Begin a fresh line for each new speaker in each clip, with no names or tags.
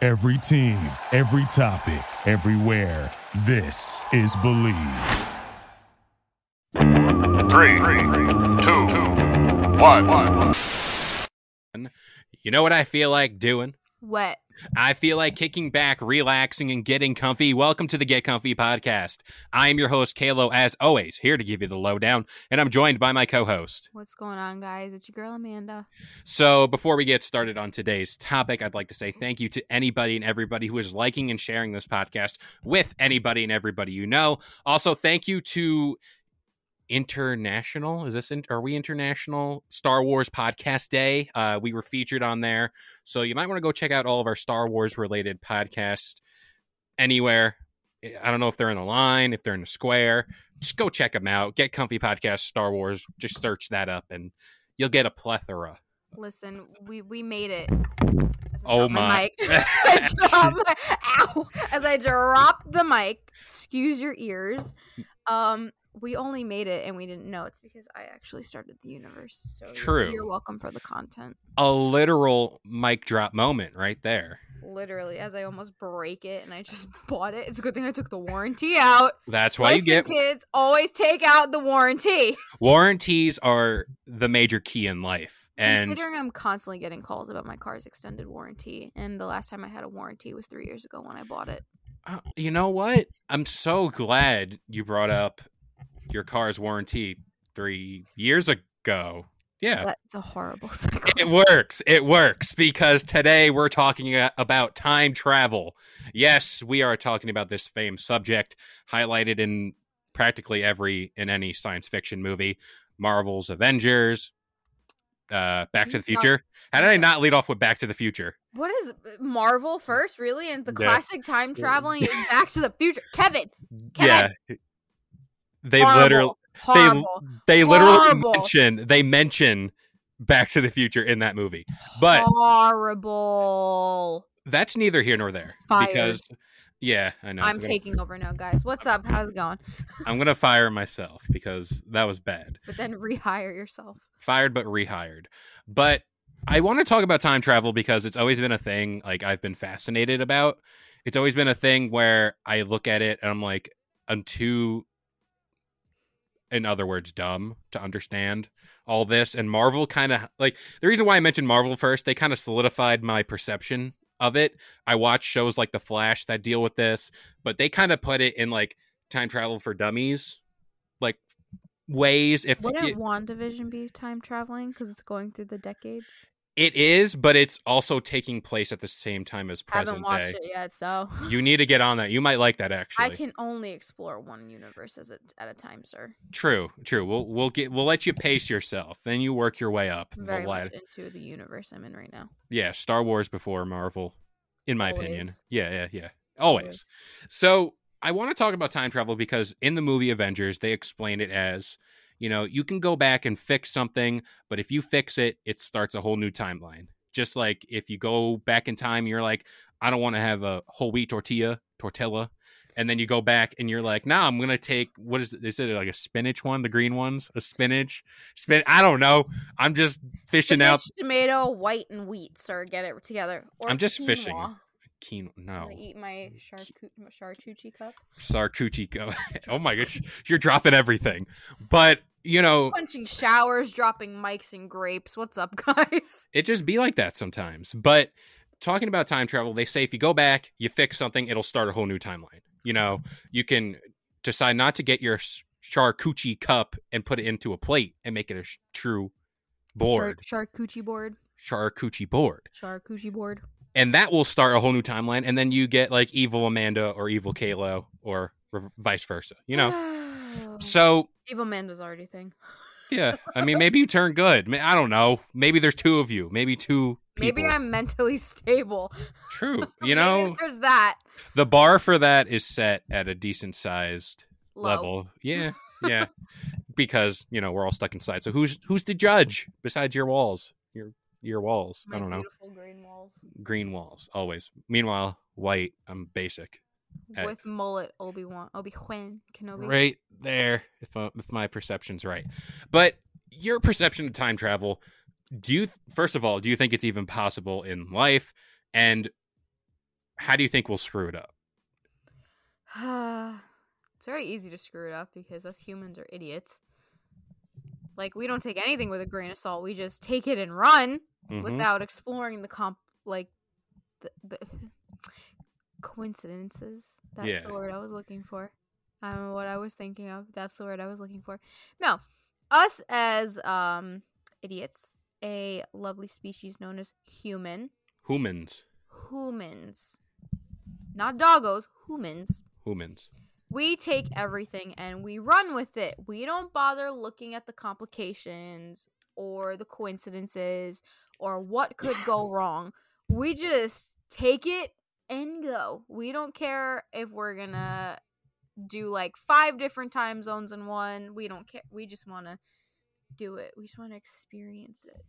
Every team, every topic, everywhere. This is Believe.
Three, two, one, one.
You know what I feel like doing?
What?
I feel like kicking back, relaxing, and getting comfy. Welcome to the Get Comfy podcast. I am your host, Kalo, as always, here to give you the lowdown, and I'm joined by my co host.
What's going on, guys? It's your girl Amanda.
So, before we get started on today's topic, I'd like to say thank you to anybody and everybody who is liking and sharing this podcast with anybody and everybody you know. Also, thank you to international is this in, are we international star wars podcast day uh we were featured on there so you might want to go check out all of our star wars related podcasts anywhere i don't know if they're in a line if they're in a square just go check them out get comfy podcast star wars just search that up and you'll get a plethora
Listen, we we made it. As I
Oh
dropped
my.
mic. As I dropped my- ow! As I dropped the mic, excuse your ears. Um, we only made it, and we didn't know it's because I actually started the universe. So you're-
True.
You're welcome for the content.
a literal mic drop moment right there
Literally, as I almost break it, and I just bought it. It's a good thing I took the warranty out.
that's why
Listen,
you get
kids always take out the warranty.
warranties are the major key in life and
Considering I'm constantly getting calls about my car's extended warranty, and the last time I had a warranty was three years ago when I bought it.
Uh, you know what? I'm so glad you brought up your car's warranty three years ago. Yeah,
That's a horrible cycle.
Uh, it works. It works because today we're talking a- about time travel. Yes, we are talking about this famed subject highlighted in practically every in any science fiction movie, Marvel's Avengers, uh, Back to the
Not-
Future. How did I not lead off with Back to the Future?
What is uh, Marvel first, really? And the
Yeah.
classic time traveling is Back to the Future. Kevin, Can I-
Yeah. They
horrible,
literally
horrible,
they literally
Horrible.
mention they mention Back to the Future in that movie, but
horrible.
that's neither here nor there
Fired.
because yeah, I know
I'm
gonna-
taking over now, guys. What's up? How's it going?
I'm gonna fire myself because that was bad.
But then rehire yourself.
Fired but rehired, but I want to talk about time travel because it's always been a thing. Like I've been fascinated about. It's always been a thing where I look at it and I'm like, I'm too, in other words, dumb to understand all this. And Marvel kind of like the reason why I mentioned Marvel first, they kind of solidified my perception of it. I watch shows like The Flash that deal with this, but they kind of put it in like time travel for dummies, like ways. If
Wouldn't
it-
WandaVision be time traveling because it's going through the decades?
it is, but it's also taking place at the same time as
Haven't
present
watched
day.
it yet, so
You need to get on that. You might like that actually.
I can only explore one universe as a, at a time, sir.
True, true. We'll we'll get we'll let you pace yourself. Then you work your way up. the
I'm very
ladder.
much into the universe I'm in right now.
yeah, Star Wars before Marvel, in my opinion.
Always.
Yeah, yeah, yeah. Always. So I want to talk about time travel because in the movie Avengers, they explain it as you know, you can go back and fix something, but if you fix it, it starts a whole new timeline. Just like if you go back in time, you're like, I don't want to have a whole wheat tortilla, tortilla. And then you go back and you're like, nah, I'm gonna take what is it? Is it like a spinach one, the green ones, a spinach, spin? I don't know. I'm just fishing out
Spinach, tomato, white, and wheat, sir. Get it together. Or
I'm just fishing. Oh. Mm, quinoa.
quinoa. I'm
No,
gonna eat my charcu- my charcuterie cup.
Sarcucci. go- oh my gosh, you're dropping everything. But you know,
Punching showers, dropping mics and grapes. What's up, guys?
it just be like that sometimes. But talking about time travel, they say if you go back, you fix something, it'll start a whole new timeline. You know, you can decide not to get your s- charcuterie cup and put it into a plate and make it a sh- true board,
Char- charcuterie board.
charcuterie board,
Charcuterie board.
and that will start a whole new timeline. And then you get like evil Amanda or evil Kalo or re- vice versa. You know,
Oh.
so.
Evil man was already a thing.
Yeah, I mean, maybe you turn good. Ma- I don't know. Maybe there's two of you. Maybe two. People.
Maybe I'm mentally stable.
true. You
Maybe
know,
there's that
the bar for that is set at a decent sized
Low.
level. Yeah, yeah. because you know we're all stuck inside. So who's who's the judge besides your walls? Your your walls.
My
I don't know.
Beautiful green walls
Green walls always. Meanwhile, white. I'm basic. Hey.
with mullet. Obi Wan, Obi Wan Kenobi.
right there if, uh, if my perception's right but your perception of time travel do you first of all do you think it's even possible in life and how do you think we'll screw it up?
it's very easy to screw it up because us humans are idiots. Like we don't take anything with a grain of salt. We just take it and run
Mhm.
without exploring the comp like the, the coincidences. That's
Yeah.
the word I was looking for. I don't know what I was thinking of. That's the word I was looking for. No, us as um idiots, a lovely species known as human,
Humans,
humans, not doggos, humans.
humans.
We take everything and we run with it. We don't bother looking at the complications or the coincidences or what could go wrong. We just take it and go. We don't care if we're going to do like five different time zones in one. We don't care. We just want to do it. We just want to experience it.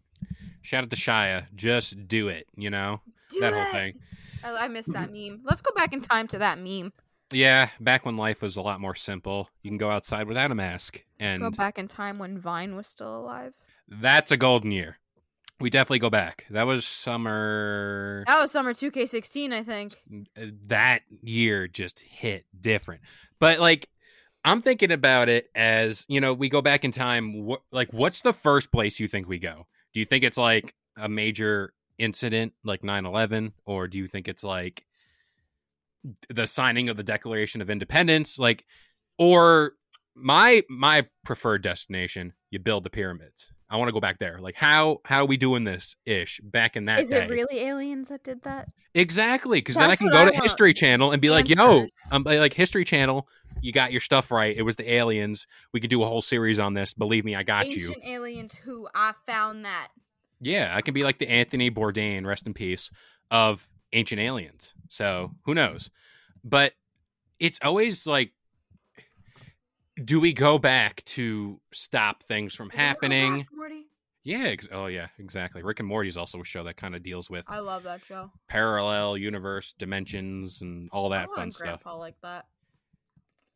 Shout out to Shia. Just do it. You know
Do
that
it!
whole thing.
I, I missed that meme. Let's go back in time to that meme.
Yeah, back when life was a lot more simple, you can go outside without a mask,
go
and
back in time when Vine was still alive.
that's a golden year. We definitely go back. That was summer.
That was summer 2K16, I think.
uh, that year just hit different. But like, I'm thinking about it as you know, we go back in time. Wh- like, what's the first place you think we go? Do you think it's like a major incident like 9/11, or do you think it's like the signing of the Declaration of Independence? Like, or my my preferred destination, you build the pyramids. I want to go back there. Like, how how we doing this ish back in that
Is
day?
it really aliens that did that?
Exactly, because then I
That's
can
what
go
I
to
want.
History Channel and be like, "Yo,
Answers.
um, like History Channel, you got your stuff right. It was the aliens. We could do a whole series on this. Believe me, I got you.
Ancient aliens who I found that.
Yeah, I can be like the Anthony Bourdain, rest in peace, of Ancient Aliens. So who knows? But it's always like, do we go back to stop things from happening?
Morty.
Yeah. Ex- oh, yeah. Exactly. Rick and Morty is also a show that kind of deals with
I love that show.
parallel universe dimensions and all that
I want
fun
a
stuff.
grandpa like that.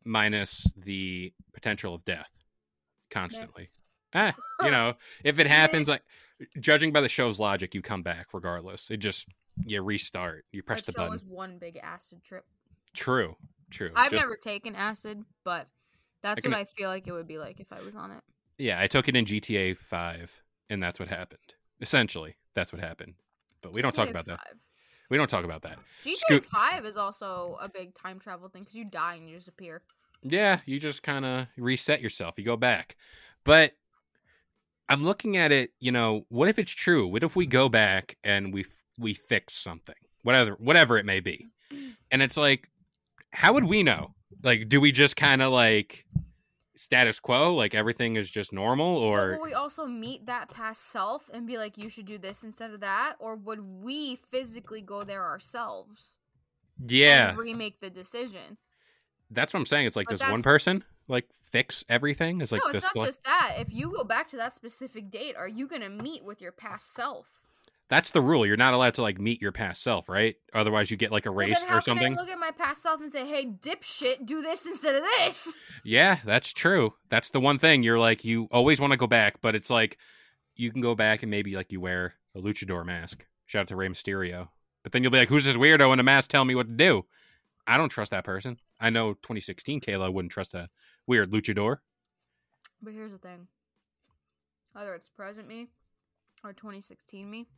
minus the potential of death constantly. Ah, you know, if it happens, like judging by the show's logic, you come back regardless. It just you restart, you press the
that show
button.
was one big acid trip.
True, true.
I've
Just-
never taken acid, but that's
can-
what I feel like it would be like if I was on it.
Yeah, I took it in GTA Five, and that's what happened. Essentially, that's what happened. But we don't talk about that. We don't talk about that.
GTA
Scoot-
Five is also a big time travel thing because you die and you disappear.
Yeah, you just kind of reset yourself. You go back. But I'm looking at it, you know, what if it's true? What if we go back and we f- we fix something? Whatever whatever it may be. And it's like how would we know? Like do we just kind of like status quo, like everything is just normal or
Will we also meet that past self and be like, "You should do this instead of that," or would we physically go there ourselves?
yeah,
and remake the decision.
that's what I'm saying. It's like
But
does one
that's-
person like fix everything? It's like
no, it's
this
not
gla-
just that. If you go back to that specific date, are you gonna meet with your past self?
that's the rule. You're not allowed to like meet your past self, right? Otherwise you get like
Well, then
erased
how
or something.
Can I look at my past self and say, "Hey, dipshit, do this instead of this."
Yeah, that's true. That's the one thing you're like you always want to go back, but it's like you can go back and maybe like you wear a luchador mask. Shout out to Rey Mysterio. But then you'll be like, "Who's this weirdo in a mask telling me what to do?" I don't trust that person. I know 2016 Kayla wouldn't trust a weird luchador.
But here's the thing: whether it's present me or 2016 me,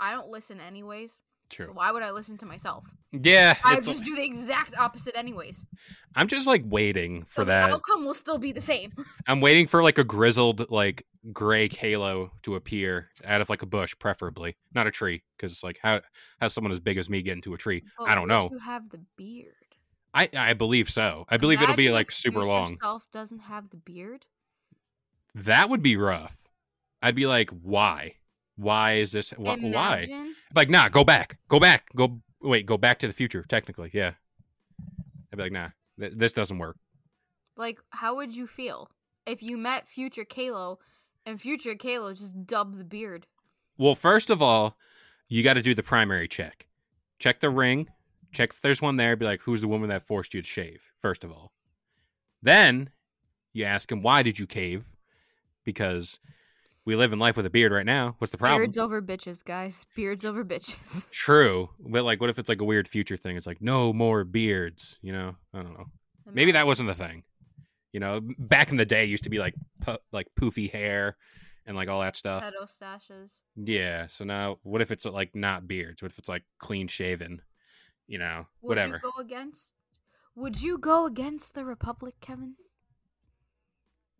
I don't listen anyways. So
True.
why would I listen to myself?
Yeah,
I
it's,
just do the exact opposite anyways.
I'm just like waiting for
so
that.
the outcome will still be the same.
I'm waiting for like a grizzled like gray Kalo to appear out of like a bush, preferably not a tree, because like how how someone as big as me get into a tree?
Oh, But
I don't
would
know.
You have the beard.
I I believe so. I believe it'll be
Imagine
like
if
super
future
long.
Self doesn't have the beard.
That would be rough. I'd be like, why? Why is this? Wh- why?
Imagine
Like, nah, go back, go back, go. Wait, go back to the future. Technically, yeah. I'd be like, nah, th- this doesn't work.
Like, how would you feel if you met future Kalo and future Kalo just dubbed the beard?
Well, first of all, you got to do the primary check. Check the ring. Check if there's one there. Be like, who's the woman that forced you to shave? First of all, then you ask him why did you cave? Because We live in life with a beard right now. What's the problem?
Beards over bitches, guys. Beards over bitches.
True, but like, what if it's like a weird future thing? It's like no more beards. You know, I don't know.
I'm
Maybe
not-
that wasn't the thing. You know, back in the day, it used to be like pu- like poofy hair and like all that stuff.
pedo stashes.
Yeah. So now, what if it's uh, like not beards? What if it's like clean shaven? You know,
Would
whatever.
you go against? Would you go against the Republic, Kevin?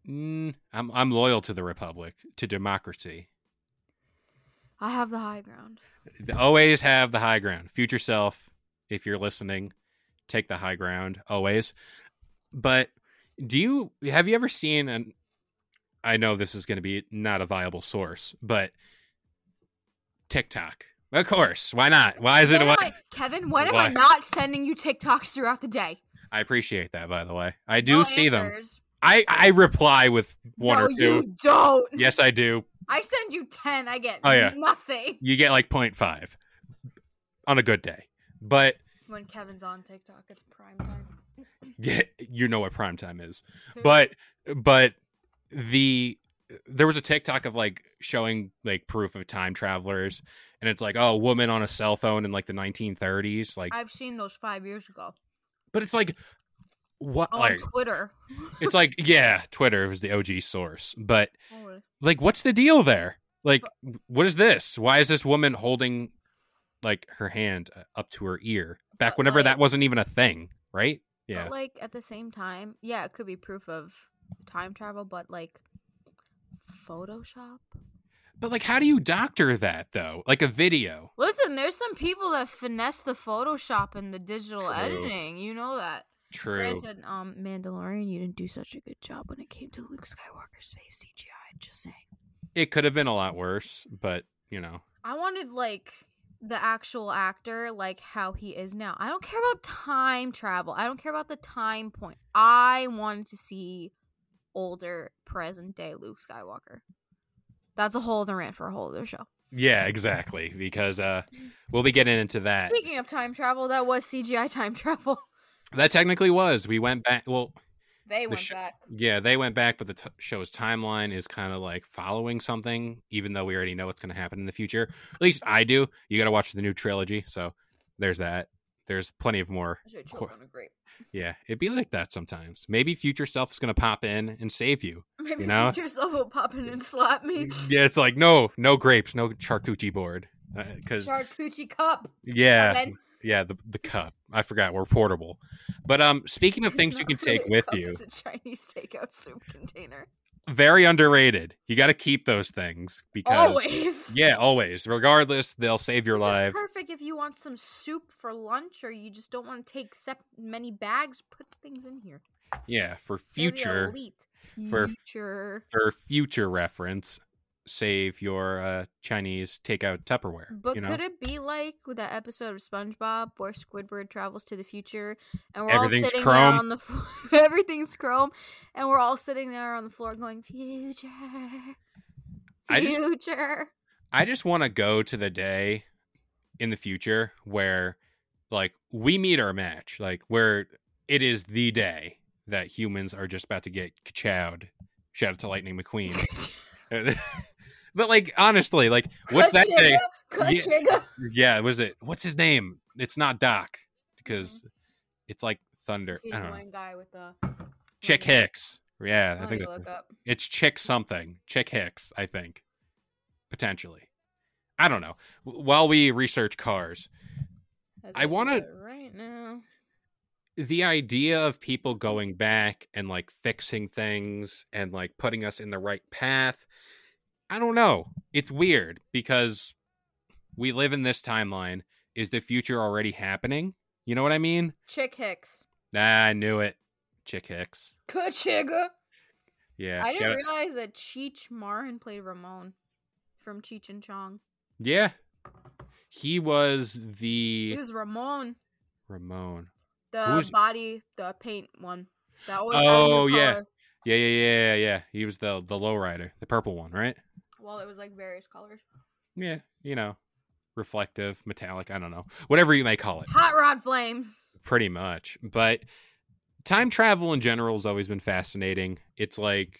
Mm, I'm I'm loyal to the republic, to democracy.
I have the high ground.
Always have the high ground. Future self, if you're listening, take the high ground always. But do you have you ever seen an? I know this is going to be not a viable source, but TikTok. Of course, why not? Why is it?
When
why-
am I- Kevin, when am I
Why?
not sending you TikToks throughout the day?
I appreciate that, by the way. I do
No
see them.
answers.
I I reply with one
no,
or two.
you don't.
Yes, I do.
I send you ten. I get
Oh, yeah.
nothing.
You get like 0.5 on a good day. But
When Kevin's on TikTok, it's prime time.
yeah, you know what prime time is.
Mm-hmm.
But but the there was a TikTok of like showing like proof of time travelers and it's like oh, a woman on a cell phone in like the 1930s like
I've seen those five years ago Oh,
but it's like what
on
like
Twitter.
it's like yeah, Twitter was the OG source, but
Holy-
like what's the deal there like what is this why is this woman holding like her hand uh, up to her ear back
But,
whenever
like-
that wasn't even a thing right yeah
But like at the same time, yeah, it could be proof of time travel, but like Photoshop.
but like how do you doctor that though like a video
Listen, there's some people that finesse the Photoshop and the digital
True.
editing. You know that.
true
Granted, um, Mandalorian, you didn't do such a good job when it came to Luke Skywalker's face CGI. Just saying.
it could have been a lot worse but you know
I wanted like the actual actor, like how he is now. I don't care about time travel. I don't care about the time point. I wanted to see older present day Luke Skywalker. That's a whole other rant for a whole other show.
yeah exactly because uh we'll be getting into that
Speaking of time travel, that was CGI time travel.
that technically was we went back well
They
The
went
sh-
back.
yeah they went back but the t- show's timeline is kind of like following something even though we already know what's going to happen in the future at least i do you got to watch the new trilogy so there's that there's plenty of more
I should
Qu-
choke on a grape.
yeah it'd be like that sometimes maybe future self is going to pop in and save you
Maybe
know?
yourself will pop in and slap me.
yeah it's like no no grapes no charcuterie board because
Charcuterie cup.
yeah
Kevin.
yeah the, the cup i forgot we're portable but um speaking of
It's
things you
not
can take
really a
with
cup,
you
It's a Chinese takeout soup container.
very underrated you got to keep those things because
Always.
Yeah, always. Regardless, they'll save your
This is
life.
perfect if you want some soup for lunch or you just don't want to take sep- many bags. Put things in here.
Yeah, for
They're the
future
elite.
for-
Future.
for future reference, save your uh, Chinese takeout Tupperware.
But
you know,
could it be like with that episode of SpongeBob where Squidward travels to the future and we're all
Everything's
sitting there
chrome.
on the floor? everything's chrome, and we're all sitting there on the floor going future,
I just-
future.
I just want to go to the day in the future where, like, we meet our match. Like, where it is the day that humans are just about to get kachowed. Shout out to Lightning McQueen. but like, honestly, like, what's that day? Yeah.
Kashiga.
Yeah, was it? What's his name? It's not Doc because it's like Thunder.
See
I don't know.
one guy with the
Chick Hicks. Yeah, I
Let
think
me
that's-
look up.
it's Chick something. Chick Hicks, I think. Potentially. I don't know. W- While we research cars,
As
I
do
wanna-
it right now.
the idea of people going back and like fixing things and like putting us in the right path, I don't know. It's weird because we live in this timeline. Is the future already happening? You know what I mean?
Chick Hicks.
Ah, I knew it. Chick Hicks.
Kachiga.
Yeah.
I
shout out-
didn't realize that Cheech Marin played Ramon from Cheech and Chong.
yeah. He was
He
the
was Ramon,
Ramon.
the
Who's-
body, the paint one. That was
Oh, yeah. Yeah, yeah, yeah, yeah, yeah. He was the the lowrider, the purple one, right?
Well, it was like various colors.
Yeah, you know, reflective, metallic. I don't know, whatever you may call it.
Hot rod flames.
pretty much. But time travel in general has always been fascinating. It's like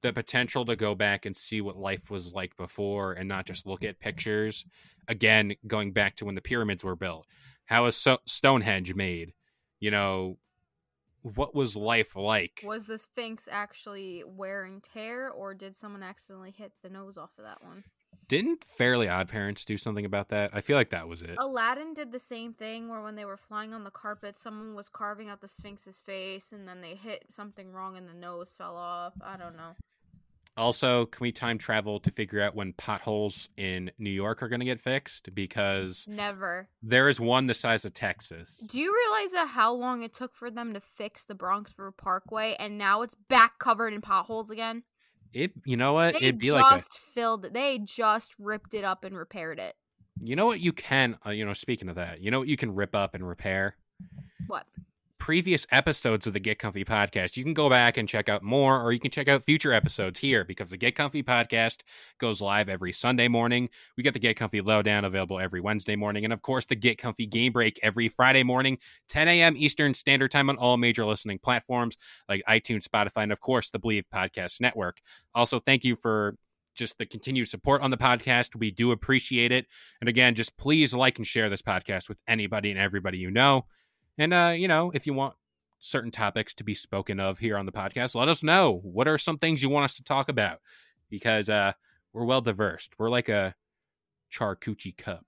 the potential to go back and see what life was like before and not just look at pictures. Again, going back to when the pyramids were built, how is so- Stonehenge made? You know, what was life like?
Was the Sphinx actually wear and tear, or did someone accidentally hit the nose off of that one?
Didn't Fairly Odd Parents do something about that? I feel like that was it.
Aladdin did the same thing where when they were flying on the carpet, someone was carving out the Sphinx's face and then they hit something wrong and the nose fell off. I don't know.
Also, can we time travel to figure out when potholes in New York are going to get fixed? Because
Never.
there is one the size of Texas.
Do you realize that how long it took for them to fix the Bronxboro Parkway and now it's back covered in potholes again?
It, you know what?
They
It'd be
just
like that.
filled they just ripped it up and repaired it.
You know what you can, uh, you know, speaking of that, you know what you can rip up and repair?
What?
Previous episodes of the Get Comfy podcast. You can go back and check out more, or you can check out future episodes here because the Get Comfy podcast goes live every Sunday morning. We got the Get Comfy Lowdown available every Wednesday morning. And of course, the Get Comfy Game Break every Friday morning, 10 a.m. Eastern Standard Time on all major listening platforms like iTunes, Spotify, and of course, the Believe Podcast Network. Also, thank you for just the continued support on the podcast. We do appreciate it. And again, just please like and share this podcast with anybody and everybody you know. And, uh, you know, if you want certain topics to be spoken of here on the podcast, let us know. What are some things you want us to talk about? Because uh, we're well diverse. We're like a charcuterie cup,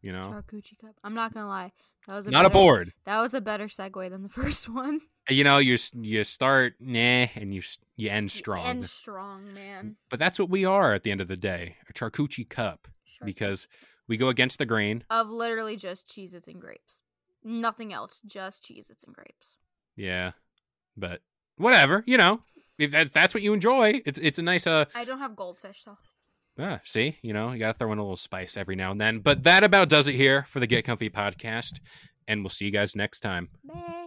you know?
Charcuterie cup. I'm not gonna lie. That was a
Not a
better-
board.
That was a better segue than the first one.
You know, you s- you start nah, and you s- you end strong.
And strong, man.
but that's what we are at the end of the day, a charcuterie cup,
Charcuterie
because we go against the grain.
of literally just Cheez Its and grapes. Nothing else, just Cheez Its and grapes.
Yeah, but whatever, you know. If that- that's what you enjoy, it's it's a nice uh
I don't have goldfish though.
Ah, see, you know, you got to throw in a little spice every now and then. But that about does it here for the Get Comfy podcast. And we'll see you guys next time.
Bye.